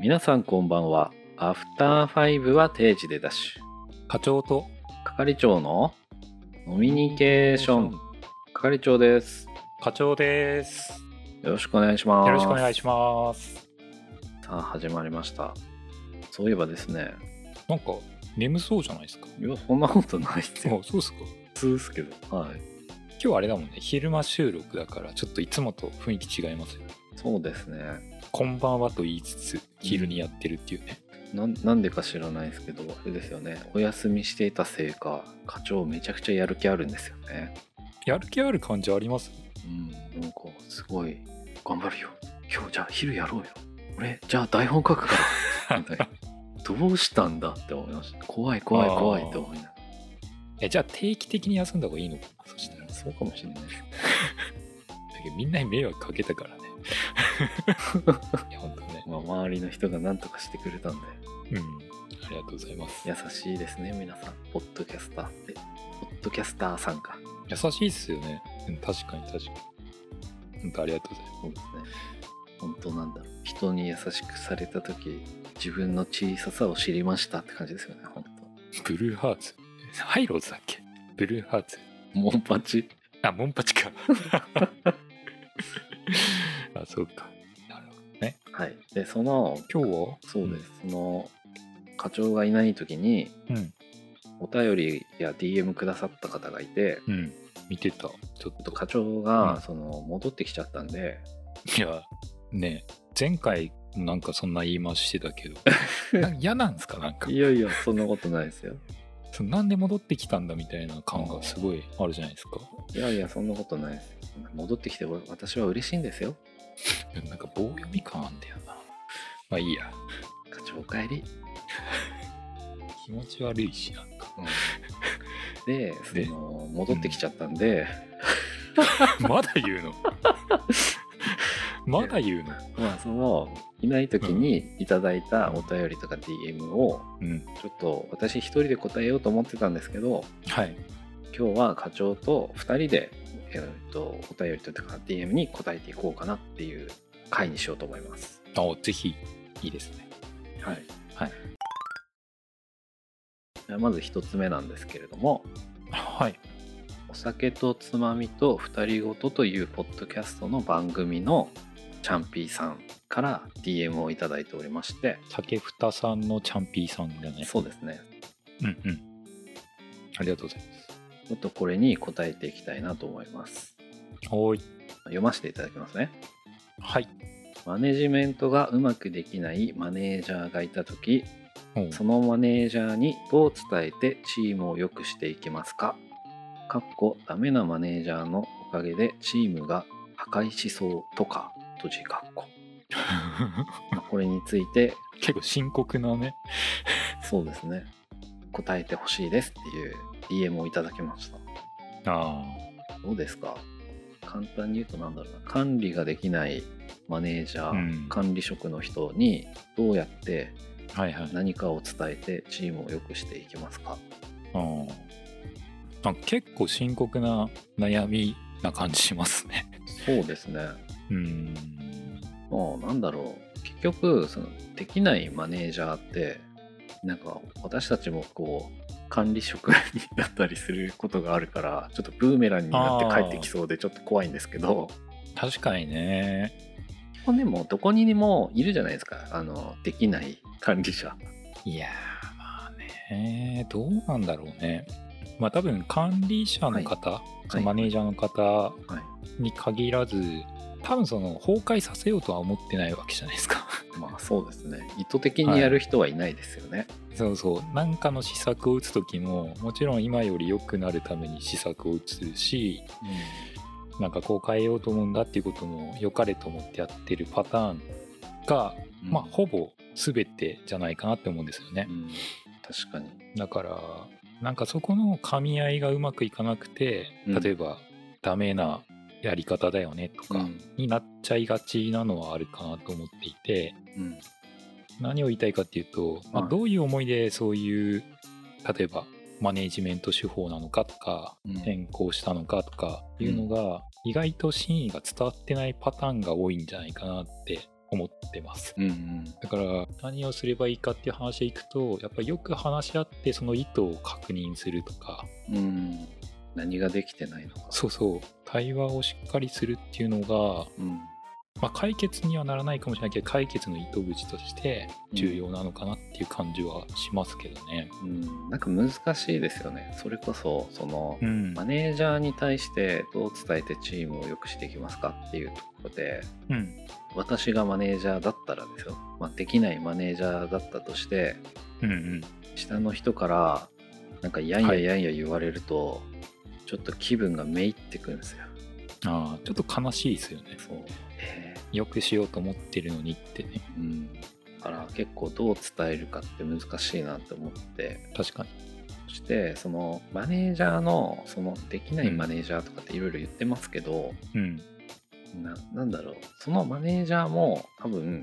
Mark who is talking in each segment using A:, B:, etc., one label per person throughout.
A: 皆さんこんばんは。アフターファイブは定時でダッシュ。
B: 課長と
A: 係長のノミニケーション。係長です。
B: 課長です
A: よろしくお願いします。
B: よろしくお願いします
A: さあ、始まりました。そういえばですね、
B: なんか眠そうじゃないですか
A: いや、そんなことないですよ。
B: あそうっすか
A: 普通ですけど。はい。
B: 今日あれだもんね昼間収録だからちょっといつもと雰囲気違いますよ
A: そうですね。
B: こんばんはと言いつつ昼にやってるっていうね、
A: なんなんでか知らないですけど、あれですよね。お休みしていたせいか、課長めちゃくちゃやる気あるんですよね。
B: やる気ある感じあります
A: うん、なんかすごい頑張るよ今日じゃあ昼やろうよ俺じゃあ台本書くからみたいなどうしたんだって思いました怖い怖い怖いって思いなが
B: えじゃあ定期的に休んだ方がいいのかなそしたら
A: らそうかもしれないです
B: だけどみんなに迷惑かけた からねいや本当ね
A: まあ周りの人が何とかしてくれたんで
B: うんありがとうございます
A: 優しいですね皆さんポッドキャスターってポッドキャスターさんか
B: 優しいっすよねうん確かに確かに本当ありがとうございます
A: そうですね本当なんだろう人に優しくされた時自分の小ささを知りましたって感じですよね本
B: ブルーハーツハイローズだっけブルーハーツ
A: 当モンパチ
B: あモンパ チかあそうかなるほどね
A: はいでその
B: 今日は
A: そうです、その課長がいない時に
B: うん
A: お便りや DM くださった方がいて
B: うん、うん見てたちょ
A: ちょ
B: っ
A: っ
B: と
A: と課長
B: う
A: が
B: ん
A: その戻ってきちゃったんで、
B: いやねえ前回なんかそんな言い回ししてたけど な嫌なんですかなんか
A: いやいやそんなことないですよ
B: そのなんで戻ってきたんだみたいな感がすごいあるじゃないですか
A: いやいやそんなことないです戻ってきて俺私は嬉しいんですよ
B: なんか棒読み感あんだよなまあいいや
A: 課長おかえり、
B: 気持ち悪いしなんか
A: でそ
B: で
A: の戻ってきちゃったんで、
B: まだ言うの まだ言うの
A: まあそのいない時にいただいたお便りとか DM を
B: うん
A: ちょっと私一人で答えようと思ってたんですけど
B: はい
A: 今日は課長と2人で、えー、とお便りというか DM に答えていこうかなっていう回にしようと思います。
B: あぜひいいですね
A: はい、
B: はい
A: ではまず1つ目なんですけれども
B: はい
A: 「お酒とつまみと二人ごと」というポッドキャストの番組のチャンピーさんから DM をいただいておりまして、
B: 竹蓋さんのチャンピーさんだよね
A: そうですね
B: うんうんありがとうございま
A: ちょっとこれに答えていきたいなと思います。
B: すはい
A: 読ませていただきますね。
B: はい
A: マネジメントがうまくできないマネージャーがいた時
B: うん
A: そのマネージャーにどう伝えてチームを良くしていきますかかっこダメなマネージャーのおかげでチームが破壊しそうとか閉じかっこまあこれについて
B: 結構深刻なね
A: そうですね答えてほしいですっていう DM をいただきました
B: あ
A: どうですか簡単に言うとなんだろうな管理ができないマネージャー、
B: うん
A: 管理職の人にどうやって
B: あはいはい
A: 何かを伝えてチームを良くしていきますか
B: うんあ結構深刻な悩みな感じしますね
A: そうですね
B: うん
A: もうなんだろう結局そのできないマネージャーってなんか私たちもこう管理職になったりすることがあるからちょっとブーメランになって帰ってきそうでちょっと怖いんですけど
B: 確かにね
A: まあでもどこにでもいるじゃないですかあのできない管理者
B: いやーまあねどうなんだろうねまあ多分管理者の方、そのマネージャーの方
A: は
B: に限らず、多分その崩壊させようとは思ってないわけじゃないですか
A: まあそうですね意図的にやる人はいないですよね、
B: そうそうなんかの施策を打つ時ももちろん今より良くなるために施策を打つしなんかこう変えようと思うんだっていうことも良かれと思ってやってるパターンが、
A: うん
B: まあほぼ全てじゃないかなって思うんですよね。
A: うん確かに
B: だからなんかそこの噛み合いがうまくいかなくて
A: うん
B: 例えば、ダメなやり方だよねとかになっちゃいがちなのはあるかなと思っていて
A: うん
B: 何を言いたいかっていうと、まあ
A: はい
B: どういう思いでそういう例えばマネージメント手法なのかとか
A: うん
B: 変更したのかとかいうのが意外と真意が伝わってないパターンが多いんじゃないかなって思ってます。
A: うんうん
B: だから何をすればいいかっていう話でいくとやっぱりよく話し合ってその意図を確認するとか
A: うん何ができてないのか
B: そうそう対話をしっかりするっていうのが、
A: うん
B: まあ、解決にはならないかもしれないけど解決の糸口として重要なのかなっていう感じはしますけどね。
A: うん、なんか難しいですよねそれこそその
B: うん
A: マネージャーに対してどう伝えてチームを良くしていきますかっていうところで
B: うん
A: 私がマネージャーだったらですよ、まあ、できないマネージャーだったとして
B: うんうん
A: 下の人からなんかやんや
B: はい
A: やんや言われると、ちょっと気分がめいってくるんですよ
B: ああちょっと悲しいですよね。
A: そうえ
B: よくしようと思ってるのにってね
A: ーうんだから結構どう伝えるかって難しいなって思って
B: 確かに。
A: そしてそのマネージャーのそのできないマネージャーとかっていろいろ言ってますけど、
B: うん
A: ななんだろうそのマネージャーも多分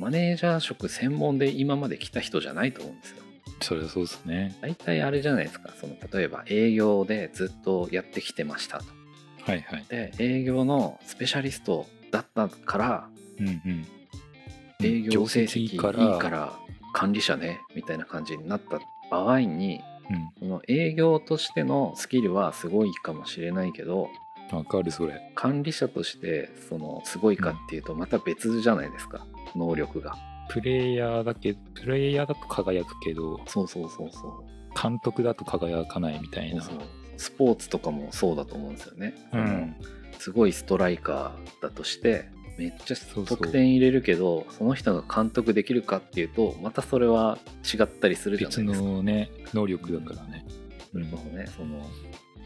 A: マネージャー職専門で今まで来た人じゃないと思うんですよ
B: それはそうですね。
A: 大体あれじゃないですかその例えば営業でずっとやってきてましたと
B: はいはい。
A: で営業のスペシャリストだったから
B: うんうん。
A: 営業成績
B: 績
A: い
B: い
A: い
B: い
A: か
B: からら
A: 管理者ねみたいな感じになった場合に
B: う
A: その営業としてのスキルはすごいかもしれないけど
B: ん。わかるそれ。
A: 管理者としてそのすごいかっていうとまた別じゃないですか能力が。
B: プレイヤーだけプレイヤーだと輝くけど
A: そうそうそうそう
B: 監督だと輝かないみたいな。
A: そうスポーツとかもそうだと思うんですよね、
B: うん
A: すごいストライカーだとしてめっちゃ
B: そうそう
A: 得点入れるけどその人が監督できるかっていうとまたそれは違ったりするじゃな
B: 別
A: いですか
B: のね能力だからね。
A: それこそねその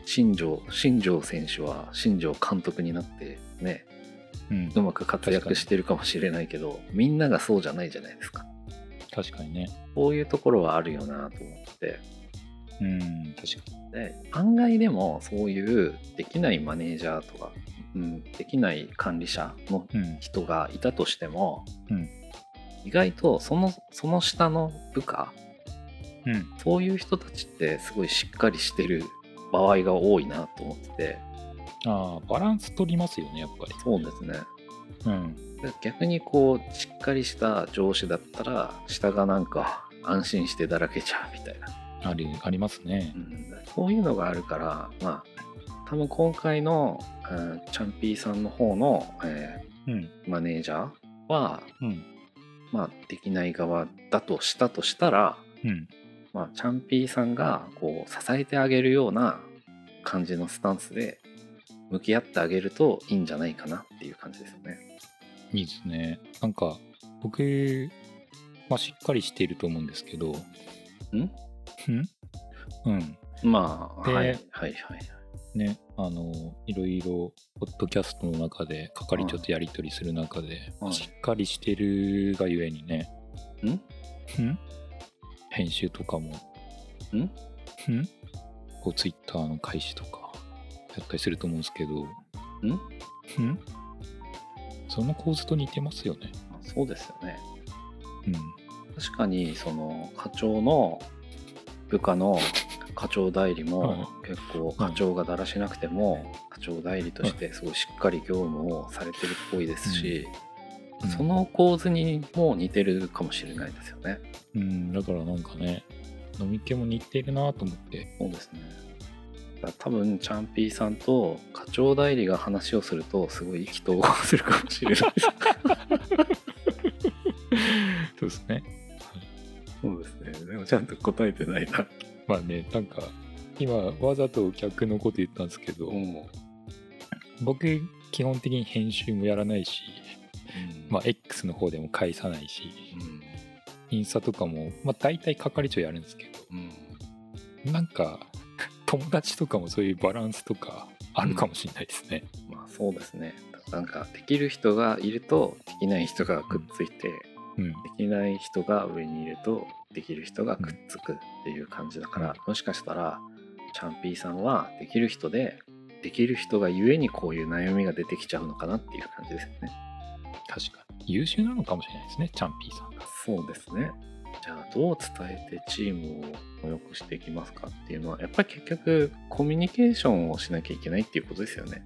A: 新庄新庄選手は新庄監督になってね
B: うん、
A: うまく活躍してるかもしれないけどみんながそうじゃないじゃないですか
B: 確かにね。
A: こういうところはあるよなと思って
B: うん確か
A: で案外でもそういうできないマネージャーとか、うん、できない管理者の
B: に。うん
A: 人がいたとしても、
B: うん
A: 意外とそのその下の部下
B: うん、
A: そういう人たちってすごいしっかりしてる場合が多いなと思ってて
B: ああバランス取りますよねやっぱり。
A: そうですね
B: うん、
A: で逆にこうしっかりした上司だったら下がなんか安心してだらけちゃうみたいな
B: あるありますね
A: う。んそういうのがあるから、まあ、多分今回の、うんチャンピーさんの方の、え
B: うん
A: ーマネージャーは、
B: うん
A: まあ、できない側だとしたとしたら、
B: うん
A: まあ、チャンピーさんがこう支えてあげるような感じのスタンスで向き合ってあげるといいんじゃないかなっていう感じですよね。
B: いいですね。なんか僕、まあ、しっかりしていると思うんですけど。
A: ん
B: うんうん
A: まあ、
B: で
A: はいはいはい。
B: ね、あのいろいろポッドキャストの中で係長とやり取りする中で、
A: はい
B: しっかりしてるがゆえにね
A: ん
B: ん編集とかも
A: ん
B: んこうツイッターの開始とかやったりすると思うんですけどんんその構図と似てますよね
A: そうですよね。
B: うん
A: 確かにその課長の部下の課長代理も結構課長がだらしなくても課長代理としてすごいしっかり業務をされてるっぽいですし
B: うん
A: その構図にも似てるかもしれないですよね。
B: うんだからなんかね飲み気も似てるなと思って
A: そうですねだから多分チャンピーさんと課長代理が話をするとすごい意気投合するかもしれないです
B: そうですね
A: そうですねでもちゃんと答えてないな
B: まあねなんか今わざと逆のこと言ったんですけど、
A: うん
B: 僕基本的に編集もやらないし、まあ、X の方でも返さないしインスタとかも、まあ、大体係長やるんですけ
A: うん
B: どなんか 友達とかもそういうバランスとかあるかもしれないですね、
A: まあそうですね。なんかできる人がいるとできない人がくっついて、で
B: うん
A: きない人が上にいるとできる人がくっつくっていう感じだから、もしかしたらチャンピーさんはできる人でできる人がゆえにこういう悩みが出てきちゃうのかなっていう感じですよね。
B: 確かに優秀なのかもしれないですねチャンピーさんが
A: そうですね。じゃあどう伝えてチームを良くしていきますかっていうのはやっぱり結局コミュニケーションをしなきゃいけないっていうことですよね。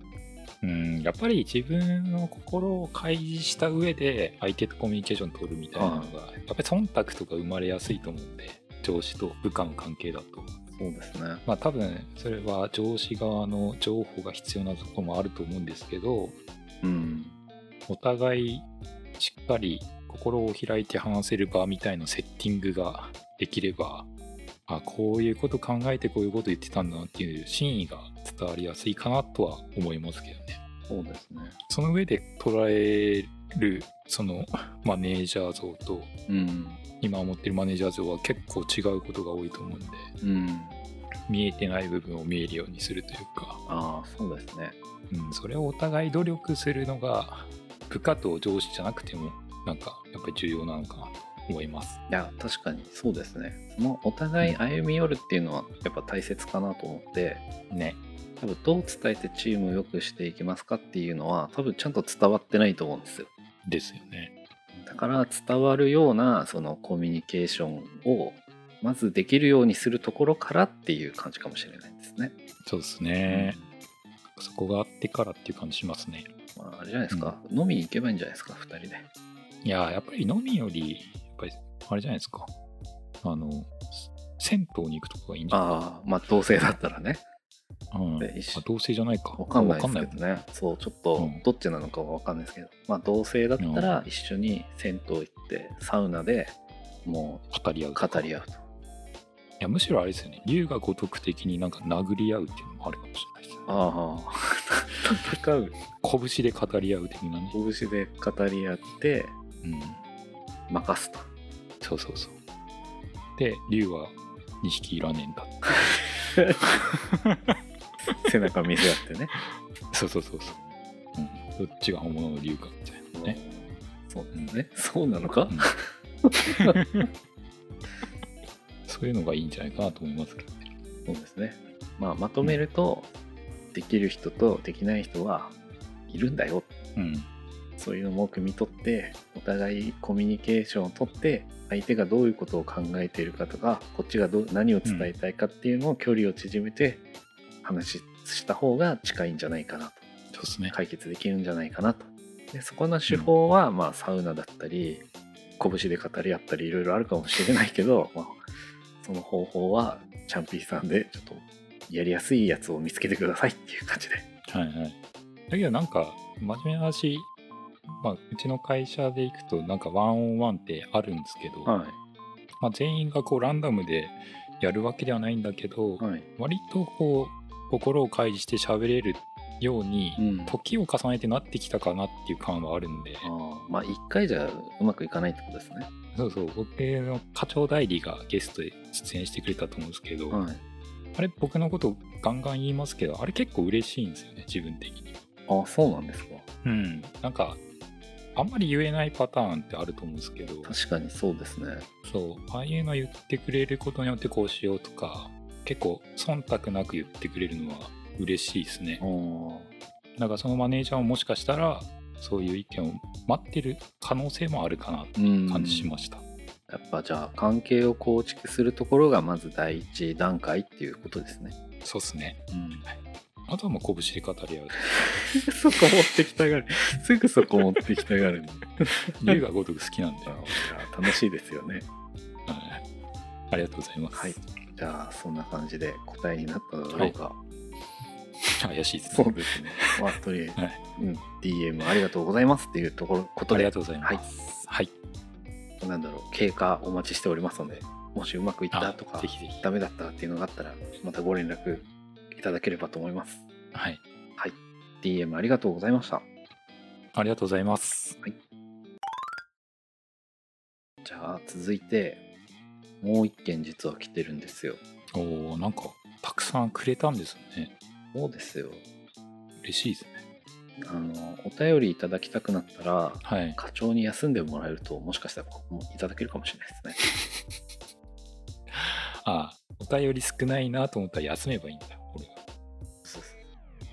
B: うん、やっぱり自分の心を開示した上で相手とコミュニケーション取るみたいなのが、やっぱり忖度とか生まれやすいと思うんで上司と部下の関係だと
A: そうですね。
B: まあ多分それは上司側の情報が必要なところもあると思うんですけど
A: うん。
B: お互いしっかり心を開いて話せる場みたいなセッティングができればあこういうこと考えてこういうこと言ってたんだなっていう真意が伝わりやすいかなとは思いますけどね。
A: そうですね。
B: その上で捉えるその マネージャー像と
A: うん。
B: 今持ってるマネージャー像は結構違うことが多いと思うんで
A: うん。
B: 見えてない部分を見えるようにするというか、
A: ああ、そうですね。
B: うん、それをお互い努力するのが部下と上司じゃなくてもなんかやっぱり重要なのかなと思います。
A: いや、確かにそうですね。そのお互い歩み寄るっていうのはやっぱ大切かなと思って、
B: ね。
A: 多分どう伝えてチームを良くしていきますかっていうのは多分ちゃんと伝わってないと思うんですよ。
B: ですよね。
A: だから伝わるようなそのコミュニケーションをまずできるようにするところからっていう感じかもしれないですね。
B: そうですね。そこがあってからっていう感じしますね。
A: まあ、あれじゃないですか、飲み行けばいいんじゃないですか2人で。
B: いやーやっぱり飲みより、やっぱり、あれじゃないですか。あの、銭湯に行くとかがいいんじゃない
A: ああまあ同性だったらね
B: うん、
A: で一緒
B: あ同性じゃないか。
A: 分かんないです
B: わ
A: け
B: かん
A: ど
B: ない
A: ねそうちょっと
B: うん
A: どっちなのかは分かんないですけど、まあ同性だったら一緒に銭湯行ってサウナでも
B: 語り合う
A: う
B: とか。
A: 語り
B: 合う。
A: 合うと。
B: いや、むしろあれですよね。龍が如く的になんか殴り合うっていうのもあるかもしれないですね。
A: ああ戦 う
B: 拳で語り合う的なね。
A: 拳で語り合って
B: うん。
A: 任すと。
B: そうそうそう。で、龍は2匹いらねえんだ って。
A: 背中見せ合って ね。
B: そうそうそうそう。うん、どっちが本物の龍かみたいなね。
A: そうですね。そうなのか、
B: うん そういうのがいいんじゃないかなと思いますけどね。
A: そうですね。まあ、まとめると、できる人とできない人はいるんだよ。
B: うん。
A: そういうのも汲み取って、お互いコミュニケーションを取って、相手がどういうことを考えているかとか、こっちがどう何を伝えたいかっていうのを距離を縮めて、話した方が近いんじゃないかなと。
B: そうですね。
A: 解決できるんじゃないかなと。でそこの手法は、まあサウナだったり拳で語り合ったりいろいろあるかもしれないけど、まあ、その方法はチャンピーさんでちょっとやりやすいやつを見つけてくださいっていう感じで。
B: はいはい。だけどなんか、真面目な話、まあ、うちの会社で行くと、なんかワンオンワンってあるんですけど、まあ、全員がこうランダムでやるわけではないんだけど、
A: はい。
B: 割とこう、心を開示して喋れるように、
A: うん、あ
B: 時を重ねてなってきたかなっていう感はあるんで、
A: ーまあ一回じゃうまくいかないってことですね。
B: そうそう、僕の課長代理がゲストで出演してくれたと思うんですけど、
A: はい。
B: あれ僕のことガンガン言いますけど、あれ結構嬉しいんですよね、自分的に。
A: あそうなんですか。
B: うん、なんかあんまり言えないパターンってあると思うんですけど
A: 確かにそうですね。
B: そうああいうの言ってくれることによってこうしようとか結構忖度なく言ってくれるのは嬉しいですね
A: お
B: だからそのマネージャーももしかしたらそういう意見を待ってる可能性もあるかなって
A: うん
B: 感じしました、
A: やっぱじゃあ関係を構築するところがまず第一段階っていうことですね。
B: そうっすね
A: うん
B: あとはもう拳で語り合 う
A: そこ持ってきたがる。 すぐそこ持ってきたがる。
B: 龍が如く好きなんで、はい
A: 楽しいですよね。
B: ありがとうございます、
A: はいじゃあ、そんな感じで答えになったのだろうか。
B: 怪しいです
A: そう
B: ね
A: ですね。まあ、とりあえず、
B: はい
A: うん、DM ありがとうございますっていうところ、こと
B: あり
A: で
B: が、とうございますはい、
A: なんだろう、経過お待ちしておりますので、もしうまくいった
B: あ
A: とか
B: ぜ、ひぜひ
A: ダメだったっていうのがあったら、またご連絡いただければと思います。
B: はい
A: DM ありがとうございました。
B: ありがとうございます
A: じゃあ、続いて、もう一件実は来てるんですよ。
B: おおなんかたくさんくれたんですね
A: そうですよ。
B: 嬉しいですね
A: あの、お便りいただきたくなったら、
B: はい
A: 課長に休んでもらえるともしかしたらここもいただけるかもしれないですね。
B: ああお便り少ないなと思ったら休めばいいんだ俺が
A: そうそ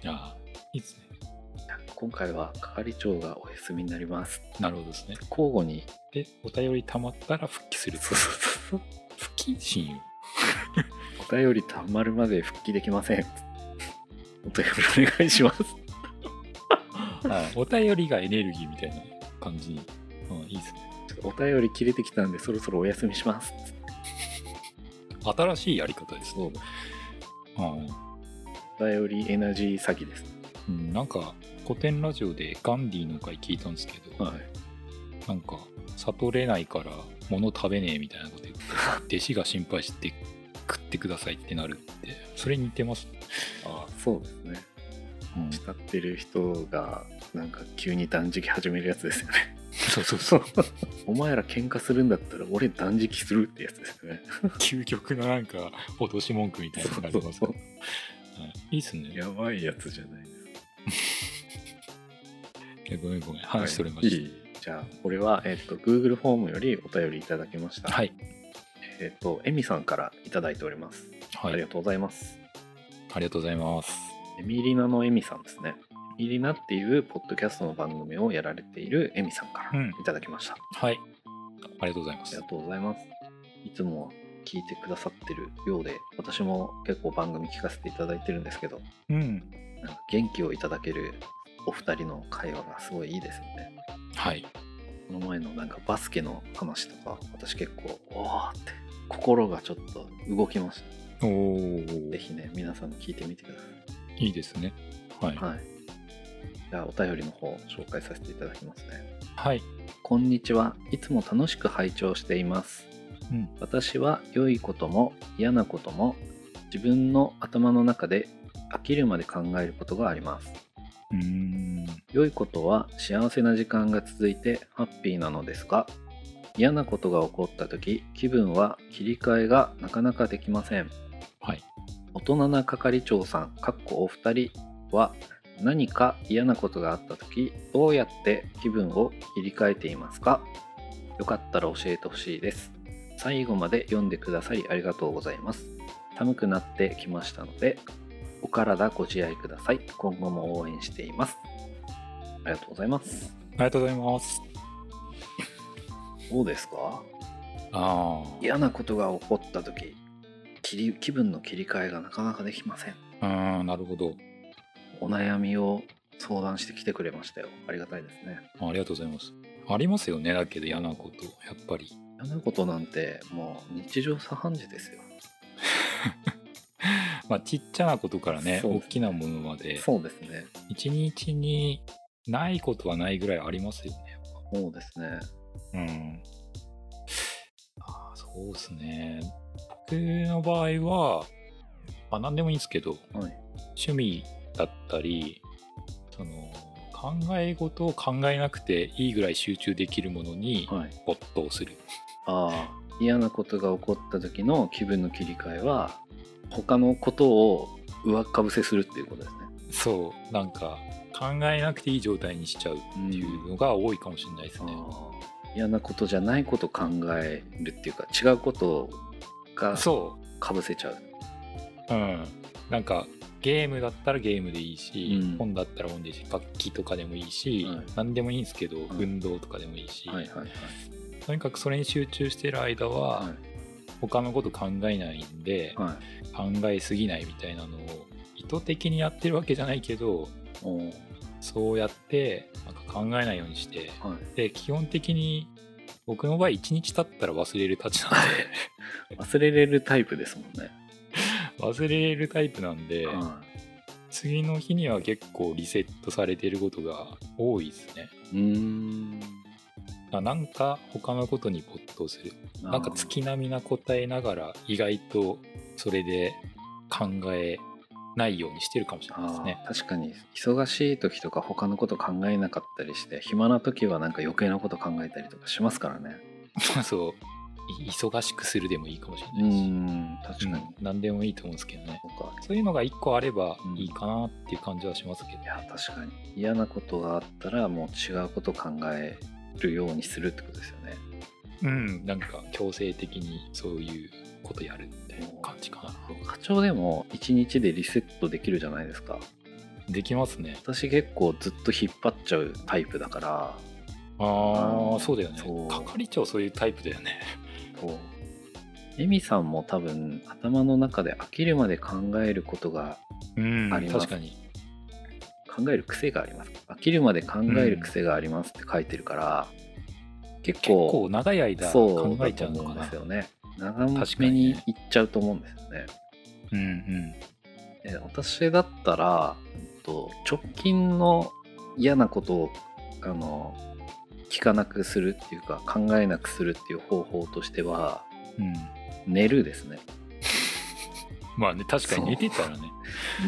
A: う
B: ああいいですね
A: じゃあ今回は係長がお休みになります。
B: なるほどですね
A: 交互に。
B: でお便り溜まったら復帰する
A: そうそうそう
B: 不謹慎
A: そう。お便りたまるまで復帰できません。お便りお願いします。
B: はい、お便りがエネルギーみたいな感じに、うん、いいですね
A: ちょっとお便り切れてきたんでそろそろお休みします
B: 新しいやり方ですね
A: うだ
B: うん
A: お便りエナジー詐欺です
B: うん、なんか古典ラジオでガンディの回聞いたんですけど、
A: はい
B: なんか悟れないから物食べねえみたいなこと言って 弟子が心配して食ってくださいってなるってそれに似てます、
A: ああそうですね
B: うん、
A: 慕ってる人がなんか急に断食始めるやつですよね
B: そうそう
A: そう お前ら喧嘩するんだったら俺断食するってやつですよね
B: 究極のなんか脅し文句みたいなのがありますけど、はい、いいっすねいや
A: やばいやつじゃないです
B: ごめんごめん話取れました、
A: はいいいじゃあこれは、えっと Google フォームよりお便りいただきました、
B: はい、
A: えっとエミさんからいただいております、
B: はい
A: ありがとうございます
B: ありがとうございます
A: エミリナのエミさんですねエミリナっていうポッドキャストの番組をやられているエミさんか
B: う
A: ら
B: ん
A: いただきました、
B: はいありがとうございま
A: あ
B: す
A: りがとうございますいつも聞いてくださってるようで私も結構番組聞かせていただいてるんですけど
B: うん
A: なんか元気をいただけるお二人の会話がすごいいいですよね
B: はい
A: この前のなんかバスケの話とか私結構おーって心がちょっと動きまし
B: お
A: た
B: ー
A: ぜひね皆さんも聞いてみてください
B: いいですねはい
A: はいじゃあお便りの方紹介させていただきますね
B: はい、
A: こんにちはいつも楽しく拝聴しています
B: うん、
A: 私は良いことも嫌なことも自分の頭の中で飽きるまで考えることがあります
B: うーん
A: 良いことは幸せな時間が続いてハッピーなのですが嫌なことが起こった時気分は切り替えがなかなかできません
B: はい
A: 大人な係長さんかっこお二人は何か嫌なことがあった時どうやって気分を切り替えていますかよかったら教えてほしいです最後まで読んでくださりありがとうございます寒くなってきましたのでお体ご自愛ください今後も応援していますありがとうございます
B: ありがとうございます
A: どうですか
B: ああ
A: 嫌なことが起こった時切り気分の切り替えがなかなかできません
B: うーんなるほど
A: お悩みを相談してきてくれましたよ。ありがたいですね。
B: ありがとうございますありますよねだけど嫌なことやっぱり
A: 嫌なことなんてもう日常茶飯事ですよ。
B: まあちっちゃなことからね
A: そうで
B: 大
A: すね
B: きなものまで
A: そうですね。
B: 一日にないことはないぐらいありますよねやっ
A: そうですね。
B: ぱうんあーそうですね僕の場合は、まあ、何でもいいんですけど
A: はい。
B: 趣味だったりその考え事を考えなくていいぐらい集中できるものに
A: はい、
B: 没頭する
A: ああ、嫌なことが起こった時の気分の切り替えは、他のことを上かぶせするっていうことですね。
B: そうなんか考えなくていい状態にしちゃうっていうのが多いかもしれないです
A: あ
B: ね、
A: あ嫌なことじゃないことを考えるっていうか、違うことが
B: そ
A: かぶせちゃう。
B: ううんなんかゲームだったらゲームでいいし、
A: うん
B: 本だったら本でいいし楽器とかでもいいし、
A: はい
B: 何でもいいんですけど、
A: ん
B: 運動とかでもいいし、
A: はいはいはい。
B: とにかくそれに集中してる間は、
A: は
B: 他のこと考えないんで
A: い。、はい。
B: 考えすぎないみたいなのを意図的にやってるわけじゃないけど
A: おー
B: そうやってなんか考えないようにして
A: はい。
B: で基本的に僕の場合1日経ったら忘れるたちなんで
A: 忘れれるタイプですもんね。
B: 忘れるタイプなんで、
A: は
B: 次の日には結構リセットされてることが多いですね
A: い。うーん。
B: ななんか他のことに没頭するなんか
A: 月
B: 月並みな答えながら意外とそれで考えないようにしてるかもしれないです
A: あ
B: ね
A: あ確かに忙しい時とか他のこと考えなかったりして暇な時はなんか余計なこと考えたりとかしますからね
B: そうい忙しくするでもいいかもしれ
A: う
B: ないし、
A: ん確かに、
B: うん何でもいいと思うんですけどね
A: そうか
B: そういうのが1個あればいいかなっていう感じはしますけど、
A: いや確かに嫌なことがあったらもう違うこと考えるようにするってことですよね
B: うん、なんか強制的にそういうことやるみたいな感じかな。
A: 課長でも1日でリセットできるじゃないですか
B: できますね。
A: 私結構ずっと引っ張っちゃうタイプだから
B: あ
A: う
B: あ、
A: ん
B: そうだよね
A: そう。
B: 係長そういうタイプだよね。
A: こうエミさんも多分頭の中で飽きるまで考えることが
B: うん
A: あります
B: 確かに。
A: 考える癖があります飽切るまで考える癖がありますって書いてるから、結
B: 結
A: 構
B: 構長い間
A: そう
B: 考
A: だ
B: えち
A: と
B: ゃう
A: 思
B: の
A: う
B: か
A: ん
B: な
A: ですよね。長
B: 確か
A: め
B: に
A: に
B: ね
A: いっちゃうと思うんですよね。
B: うんうん
A: え私だったら、うんと直近の嫌なことをあの聞かなくするっていうか考えなくするっていう方法としては
B: うん
A: 寝るですね
B: まあね確かに寝てたらね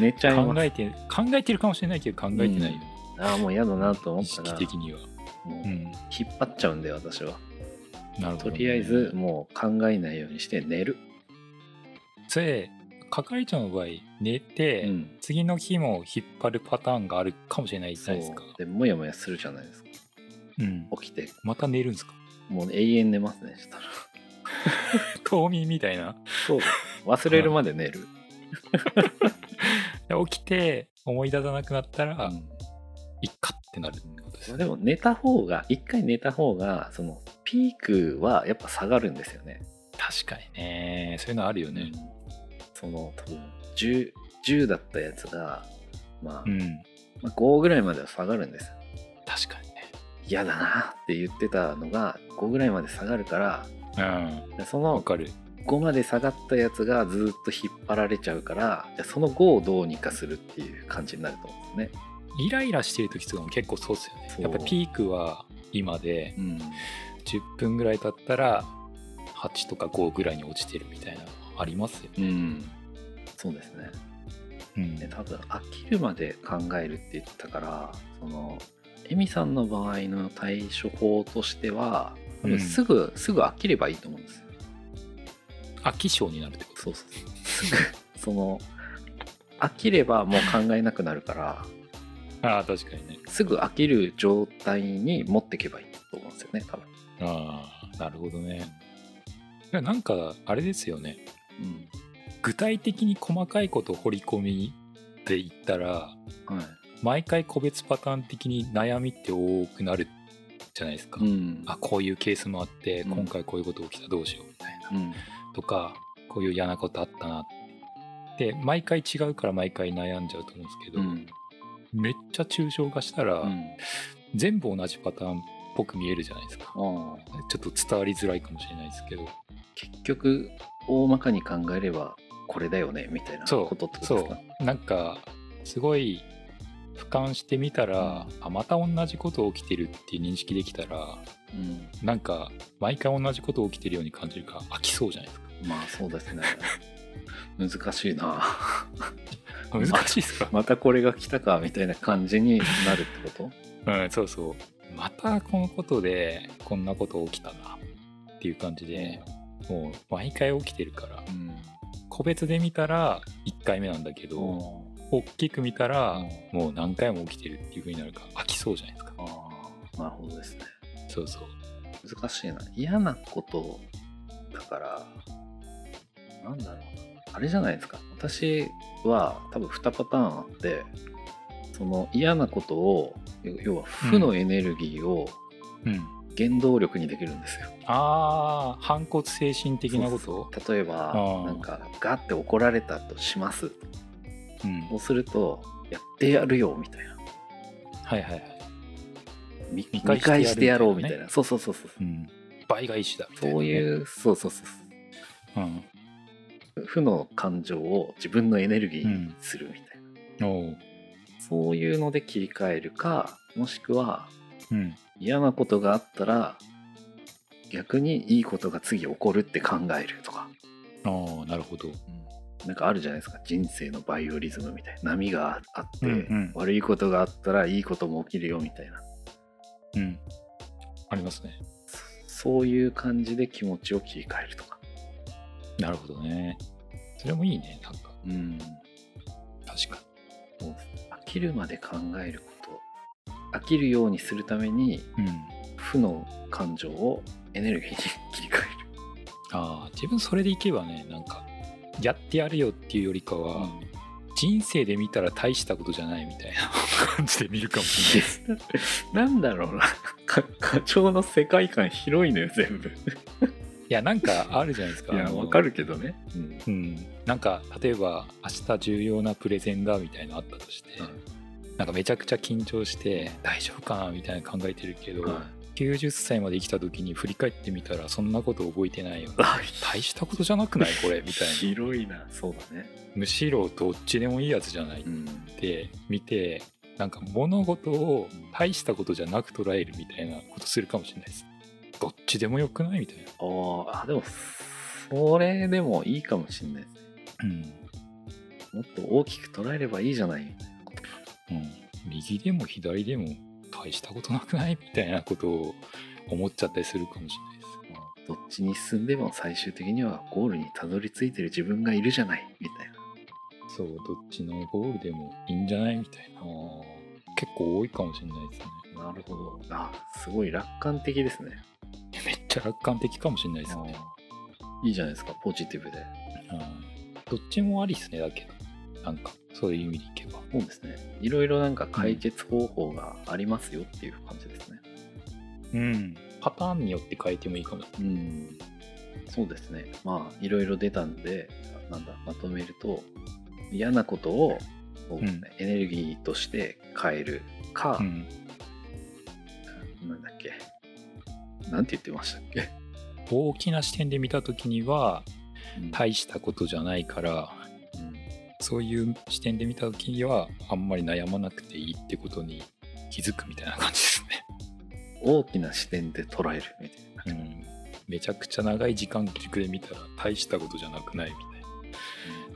A: 寝ちゃいます
B: 考えて考えてるかもしれないけど考えてないよ、
A: ああもう嫌だなと思
B: 意
A: った
B: 識
A: ら
B: 的には、
A: もう
B: うん、
A: 引っ張っちゃうんで私は
B: なるほどね、
A: とりあえずもう考えないようにして寝る、
B: それ係長の場合寝て、
A: うん、
B: 次の日も引っ張るパターンがあるかもしれないじゃ
A: そう
B: ないですか、
A: でもやもやするじゃないですか
B: うん、
A: 起きて
B: また寝るんですか
A: もう永遠寝ますねしたら
B: 冬眠みたいな
A: そう 忘れるまで寝る、
B: で起きて思い出さなくなったら、
A: うん
B: いっかってなるってことです
A: まあ
B: ね
A: でも寝た方が一回寝た方がそのピークはやっぱ下がるんですよね
B: 確かにねそういうのあるよね
A: その多分 10, 10だったやつが、まあ
B: うん、
A: まあ5ぐらいまでは下がるんですよ
B: 確かにね
A: 嫌だなって言ってたのが5ぐらいまで下がるから
B: うん
A: そ
B: わ
A: の
B: かる
A: 5まで下がったやつがずっと引っ張られちゃうからじゃあその5をどうにかするっていう感じになると思うんで
B: イライラしてる時とかも結構そうですよ
A: そう
B: ねやっぱピークは今です
A: ね
B: 10分ぐらい経ったら8とか5ぐらいに落ちてるみたいなのありますよ
A: うん、うん、そうですね
B: うん
A: で多分飽きるまで考えるって言ってたからそのエミさんの場合の対処法としては多
B: うん
A: 分すぐ、すぐ飽きればいいと思うんですよ
B: 飽き性になるってこと
A: そうそう そうすぐその飽きればもう考えなくなるから
B: ああ確かにね
A: すぐ飽きる状態に持っていけばいいと思うんですよね多分、
B: ああなるほどねなんかあれですよね具体的に細かいことを掘り込みって言ったら
A: うんはい
B: 毎回個別パターン的に悩みって多くなるじゃないですか、
A: うん
B: あこういうケースもあって、
A: うん
B: 今回こういうこと起きたどうしようみたいな、
A: うん
B: とかこういう嫌なことあったなってで毎回違うから毎回悩んじゃうと思うんですけど、
A: うん
B: めっちゃ抽象化したら、
A: うん
B: 全部同じパターンっぽく見えるじゃないですか
A: あー
B: ちょっと伝わりづらいかもしれないですけど
A: 結局大まかに考えればこれだよねみたいな
B: そう
A: ことってこと
B: そ
A: ですか
B: うなんかすごい俯瞰してみたら、あまた同じこと起きてるっていう認識できたら
A: うん
B: なんか毎回同じこと起きてるように感じるから飽きそうじゃないですか
A: まあそうですね。 難しいな。
B: あ難しいですか、
A: またこれが来たかみたいな感じになるってこと
B: うんそうそうまたこのことでこんなこと起きたなっていう感じで、もう毎回起きてるから
A: うん。
B: 個別で見たら1回目なんだけど、大きく見たら、
A: う
B: もう何回も起きてるっていう風になるから飽きそうじゃないですか
A: ああ、なるほどですね。
B: そうそう
A: 難しいな。嫌なことだから、なんだろうな。あれじゃないですか。私は多分2パターンあって、その嫌なことを、要要は負のエネルギーを
B: うん
A: 原動力にできるんですよ。
B: ああ反骨精神的なこと
A: そうそう例えば
B: あー
A: なんかガッて怒られたとします
B: うん
A: そうするとやってやるよみたいな
B: はいはいはい、
A: 見
B: 見
A: 見
B: 返
A: 返
B: してや
A: して
B: る
A: やろうみたいな
B: みたいな
A: そうそうそうそう、
B: うん、倍返しだみたいな
A: そう
B: ね、
A: いうそうそうそう
B: うん、
A: そう負の感情を自分のエネルギーにするみたいな、
B: おう
A: そういうので切り替えるかもしくは
B: うん、
A: 嫌なことがあったら逆にいいことが次起こるって考えるとか
B: ああなるほど
A: なんかあるじゃないですか人生のバイオリズムみたいな波があって、
B: うんうん
A: 悪いことがあったらいいことも起きるよみたいな
B: うんありますね
A: そそういう感じで気持ちを切り替えるとか、
B: なるほどねそれもいいねなんか
A: うん、
B: 確か
A: そうですね飽きるまで考えること飽きるようにするために
B: に、うん、
A: 負の感情をエネルギーに切り替える
B: ああ自分それでいけばねなんかやってやるよっていうよりかは、
A: うん
B: 人生で見たら大したことじゃないみたいな 感じで見るかもしれない
A: なんだろうなか課長の世界観広いのよ全部
B: いやなんかあるじゃないですか
A: いや
B: あの
A: わかるけどね、うん
B: うん、なんか例えば明日重要なプレゼンだみたいなのあったとして、
A: うん
B: なんかめちゃくちゃ緊張して大丈夫かなみたいな考えてるけど、
A: は
B: 90歳まで生きた時に振り返ってみたらそんなこと覚えてないよね
A: い
B: 大したことじゃなくないこれみたいな
A: 広いなそうだね
B: むしろどっちでもいいやつじゃないっ
A: うん
B: て見てなんか物事を大したことじゃなく捉えるみたいなことするかもしれないですどっちでもよくないみたいな、
A: あーあでもそれでもいいかもしれないですね
B: うん
A: もっと大きく捉えればいいじゃないみたいなことか
B: うん、右でも左でも大したことなくないみたいなことを思っちゃったりするかもしれないです
A: どっちに進んでも最終的にはゴールにたどり着いてる自分がいるじゃないみたいな
B: そうどっちのゴールでもいいんじゃないみたいな結構多いかもしれないですね
A: なるほど。あ、すごい楽観的ですね。
B: めっちゃ楽観的かもしれないですね、
A: いいじゃないですか、ポジティブで。
B: うん、どっちもありっすねだけどなんかそういう意味でいけば
A: そうですね。いろいろなんか解決方法がありますよっていう感じですね。
B: うんパターンによって変えてもいいかも
A: うん。そうですね。まあ、いろいろ出たんで、なんだ、まとめると、嫌なことを、そうですねエネルギーとして変えるか、
B: うん
A: なんだっけ。なんて言ってましたっけ。
B: 大きな視点で見た時には
A: うん
B: 大したことじゃないから
A: うん
B: そういう視点で見た時にはあんまり悩まなくていいってことに気づくみたいな感じです
A: 大きな視点で捉えるみたいな。
B: ね、うん、めちゃくちゃ長い時間軸で見たら大したことじゃなくないみ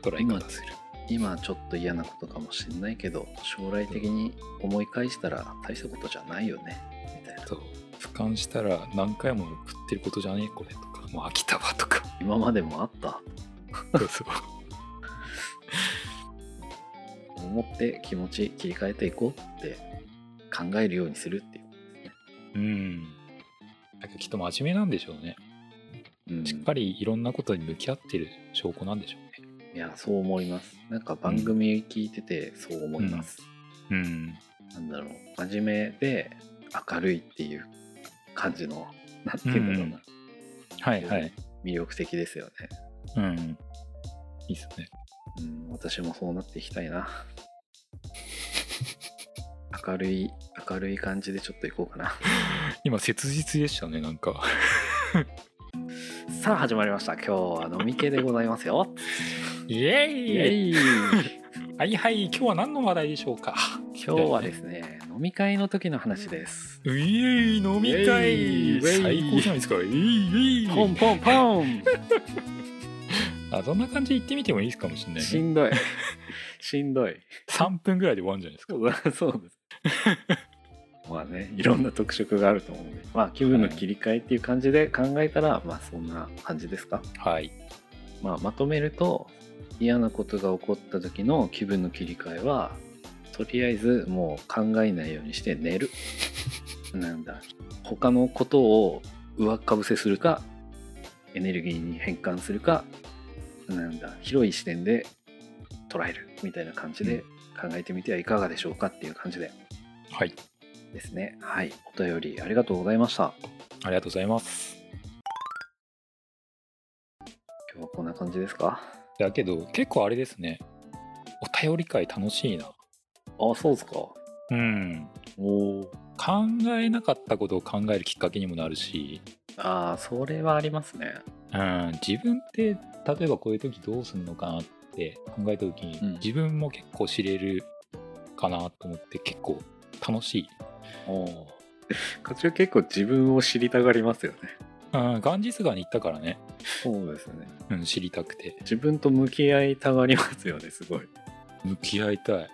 B: たいな捉え
A: 今
B: 方する
A: 今ちょっと嫌なことかもしれないけど将来的に思い返したら大したことじゃないよねみたいな
B: そう俯瞰したら何回も送ってることじゃねえこれとかもう飽きたわとか
A: 今までもあった
B: そうそう
A: と思って気持ち切り替えていこうって考えるようにするっていう
B: うんなんかきっと真面目なんでしょうね、
A: うん
B: しっかりいろんなことに向き合ってる証拠なんでしょうね
A: いやそう思いますなんか番組聞いててそう思います、
B: うん
A: なんだろう真面目で明るいっていう感じのなんていうんだろうな、
B: はいはい
A: 魅力的ですよね、
B: うんいいっすね
A: うん、私もそうなっていきたいな明るい明るい感じでちょっといこうかな
B: 今切実でしたねなんか
A: さあ始まりました今日は飲み系でございますよ
B: イエー
A: イエ
B: イ
A: イ
B: はいはい今日は何の話題でしょうか
A: 今日はですね 飲み会の時の話です
B: イエーイ飲み会
A: イエーイウェイ
B: 最高じゃないですかイエーイイエ
A: ポ
B: ーイ
A: ンポンポン
B: あそんな感じで行ってみてもいいかもしれない、
A: し
B: ね、
A: んどい しんどい
B: 3分ぐらいで終わるんじゃないですか
A: そうだそう ですまあねいろんな特色があると思うんでまあ気分の切り替えっていう感じで考えたら、まあそんな感じですか
B: はい
A: まあ、まとめると嫌なことが起こった時の気分の切り替えはとりあえずもう考えないようにして寝 るなんだ他のことを上かぶせするかエネルギーに変換するかなんだ広い視点で捉えるみたいな感じで考えてみてはいかがでしょうかっていう感じで
B: はい
A: ですねはいお便りありがとうございました
B: ありがとうございます
A: 今日はこんな感じですか
B: だけど結構あれですねお便り会楽しいな
A: あそうですか
B: うん
A: おお
B: 考えなかったことを考えるきっかけにもなるし、
A: ああそれはありますね
B: うん、自分って例えばこういう時どうすんのかなって考えた時に、
A: うん
B: 自分も結構知れるかなと思って結構楽しい
A: お課長結構自分を知りたがりますよね。
B: うん、ガンジス川に行ったからね、
A: そうですね。
B: うん、知りたくて。
A: 自分と向き合いたがりますよね、すごい。
B: 向き合いたい。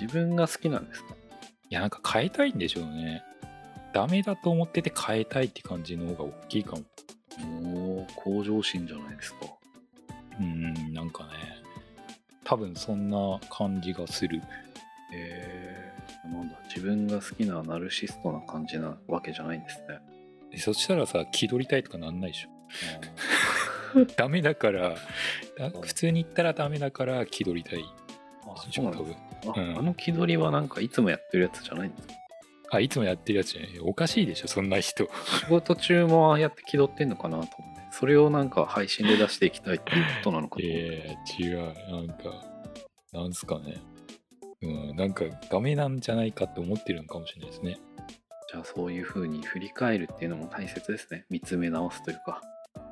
A: 自分が好きなんですか
B: いや、なんか変えたいんでしょうね。ダメだと思ってて変えたいって感じの方が大きいかも。
A: おお、向上心じゃないですか。
B: うん、なんかね、多分そんな感じがする。
A: えー、なんだ、自分が好きなナルシストな感じなわけじゃないんですね。
B: えそしたらさ、気取りたいとかなんないでしょ。 ダメだから、だ普通に言ったらダメだから気取りたい
A: あ
B: でし
A: そう
B: ょ、
A: な
B: 多
A: んで
B: 分
A: す。あ,、
B: うん
A: あの気取りはなんかいつもやってるやつじゃないんですか
B: あ、いつもやってるやつじゃない。おかしいでしょ、そんな人。
A: 仕事中もああやって気取ってんのかなと思って。それをなんか配信で出していきたいっていうことなのかと思って。
B: えー、違う。なんか、なんすかね。うん、なんかダメなんじゃないかって思ってるのかもしれないですね。
A: じゃあそういう風に振り返るっていうのも大切ですね。見つめ直すというか。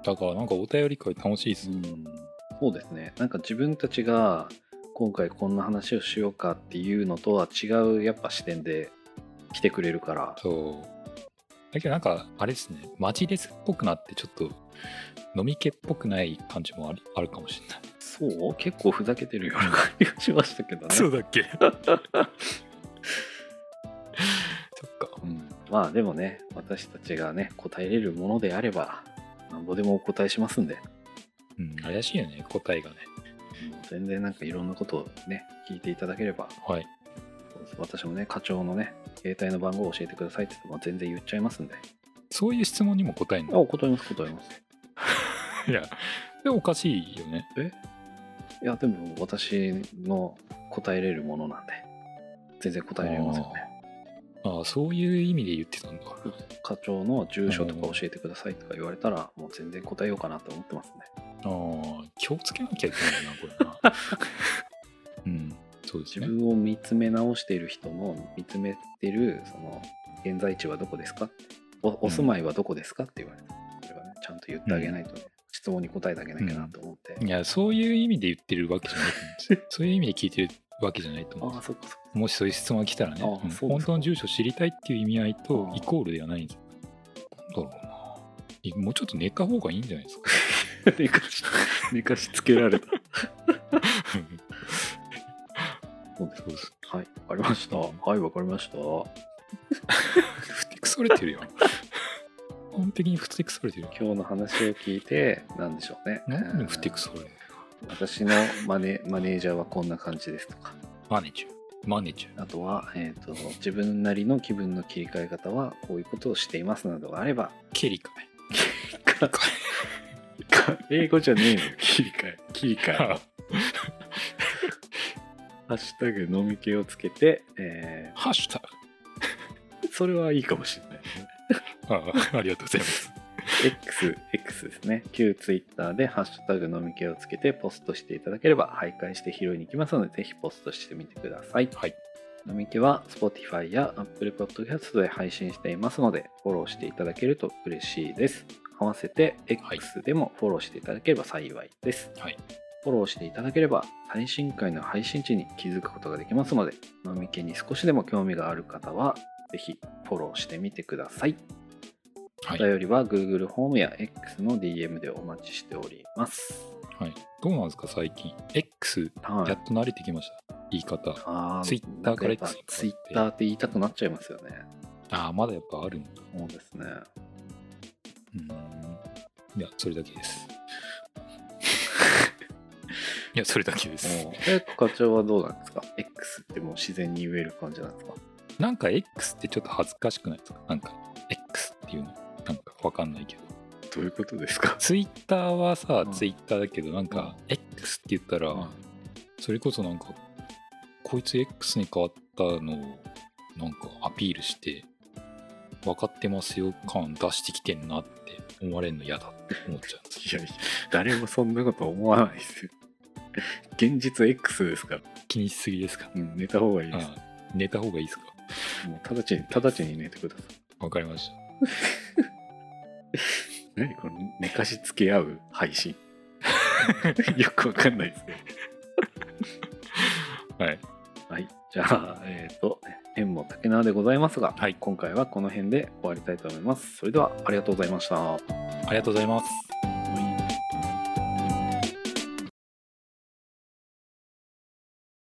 B: だからなんかお便り会楽しいです。
A: うん、そうですね。なんか自分たちが今回こんな話をしようかっていうのとは違うやっぱ視点で来てくれるから。
B: そう。だけどなんかあれですね、マジレスっぽくなってちょっと飲み気っぽくない感じもありあるかもしれない。
A: そう結構ふざけてるような感じがしましたけどね。
B: うだ っけそっか。
A: うん、まあでもね、私たちがね、答えれるものであれば、なんぼでもお答えしますんで、
B: うん、怪しいよね、答えがね。
A: もう全然なんかいろんなことをね、聞いていただければ、
B: はい。
A: 私もね、課長のね、携帯の番号を教えてくださいって言っても全然言っちゃいますんで。
B: そういう質問にも答えん
A: あ、
B: の
A: 答えます、答えます。
B: いや、でもおかしいよね。
A: いや、でも私の答えれるものなんで、全然答えられますよね。
B: ああ、そういう意味で言ってたんだ。
A: 課長の住所とか教えてくださいとか言われたら、もう全然答えようかなと思ってますね。
B: ああ、気をつけなきゃいけないな、 これな。うん、そうで
A: 自
B: すね。
A: 分を見つめ直している人の見つめてるその現在地はどこですかおお住まいはどこですかって言われて、それはね、ちゃんと言ってあげないとね、質問に答えてあげなきゃなと思って、
B: いや、そういう意味で言ってるわけじゃないと思うんで すよ。そういう意味で聞いてるわけじゃないと思う
A: あ
B: んで
A: あそっかそっか
B: す。もしそういう質問が来たらね、
A: あ
B: うん
A: そうです
B: 本当の住所知りたいっていう意味合いと
A: あ
B: イコールではないんです。なんだろうな。いもうちょっと寝た方がいいんじゃないですか。
A: 寝かし寝かしつけられたそうです
B: そうです。
A: はいわかりましたはいわかりました
B: ふてくされて るよ。本的にふてくされてるよ。
A: 今日の話を聞いて何でしょうね
B: 何にふてくされる
A: うん私のマネマネージャーはこんな感じですとか
B: マネージャー。マネージャー。
A: あとは、えー、と自分なりの気分の切り替え方はこういうことをしていますなどがあれば
B: ケリかね。
A: か 英語じゃねえの切り替え切り 替えハッシュタグ飲み気をつけて、え
B: ハッシュタグ。
A: ーそれはいいかもしれない
B: ああありがとうございます。
A: X X ですね旧 Twitter で「ハッシュタグ飲み気をつけてポストしていただければ徘徊して拾いに行きますのでぜひポストしてみてください
B: はい。
A: 飲み気は Spotify や Apple Podcast で配信していますので、フォローしていただけると嬉しいです。合わせて
B: はい
A: X でもフォローしていただければ幸いです。
B: はい
A: フォローしていただければ、最新回の配信時に気づくことができますので、飲み気に少しでも興味がある方は、ぜひフォローしてみてください。
B: は
A: お
B: い。
A: 便りは Google ホームや X の DM でお待ちしております。
B: はい、どうなんですか、最近。X、
A: はい
B: やっと慣れてきました。言い方。あ
A: あー
B: Twitter から X に変
A: Twitter
B: わって
A: って言いたくなっちゃいますよね。
B: あー、まだやっぱあるんだ。
A: そうです ね。
B: うーん。いや、それだけです。 いや、それだけです。
A: え、課長はどうなんですか ?X ってもう自然に言える感じなんですか
B: なんか X ってちょっと恥ずかしくないですかなんか X っていうの。なんかわかんないけど。
A: どういうことですか
B: Twitter はさ、
A: うん
B: Twitter だけど、なんか X って言ったら、
A: うん
B: それこそなんか、こいつ X に変わったのを、なんかアピールして、分かってますよ感出してきてんなって思われるの嫌だって思っちゃうんです
A: いやいや、誰もそんなこと思わないですよ。現実 X ですから、
B: 気にしすぎですか
A: うん、寝た方がいいです
B: あ。あ寝た方がいいですか
A: もう直ちに、直ちに寝てください。
B: わかりました。
A: 何この寝かしつけ合う配 信。よくわかんないですね。
B: はい。
A: はい。じゃあ、 えっ、と、縁も竹縄でございますが、
B: はい
A: 今回はこの辺で終わりたいと思います。それでは、ありがとうございました。
B: ありがとうございます。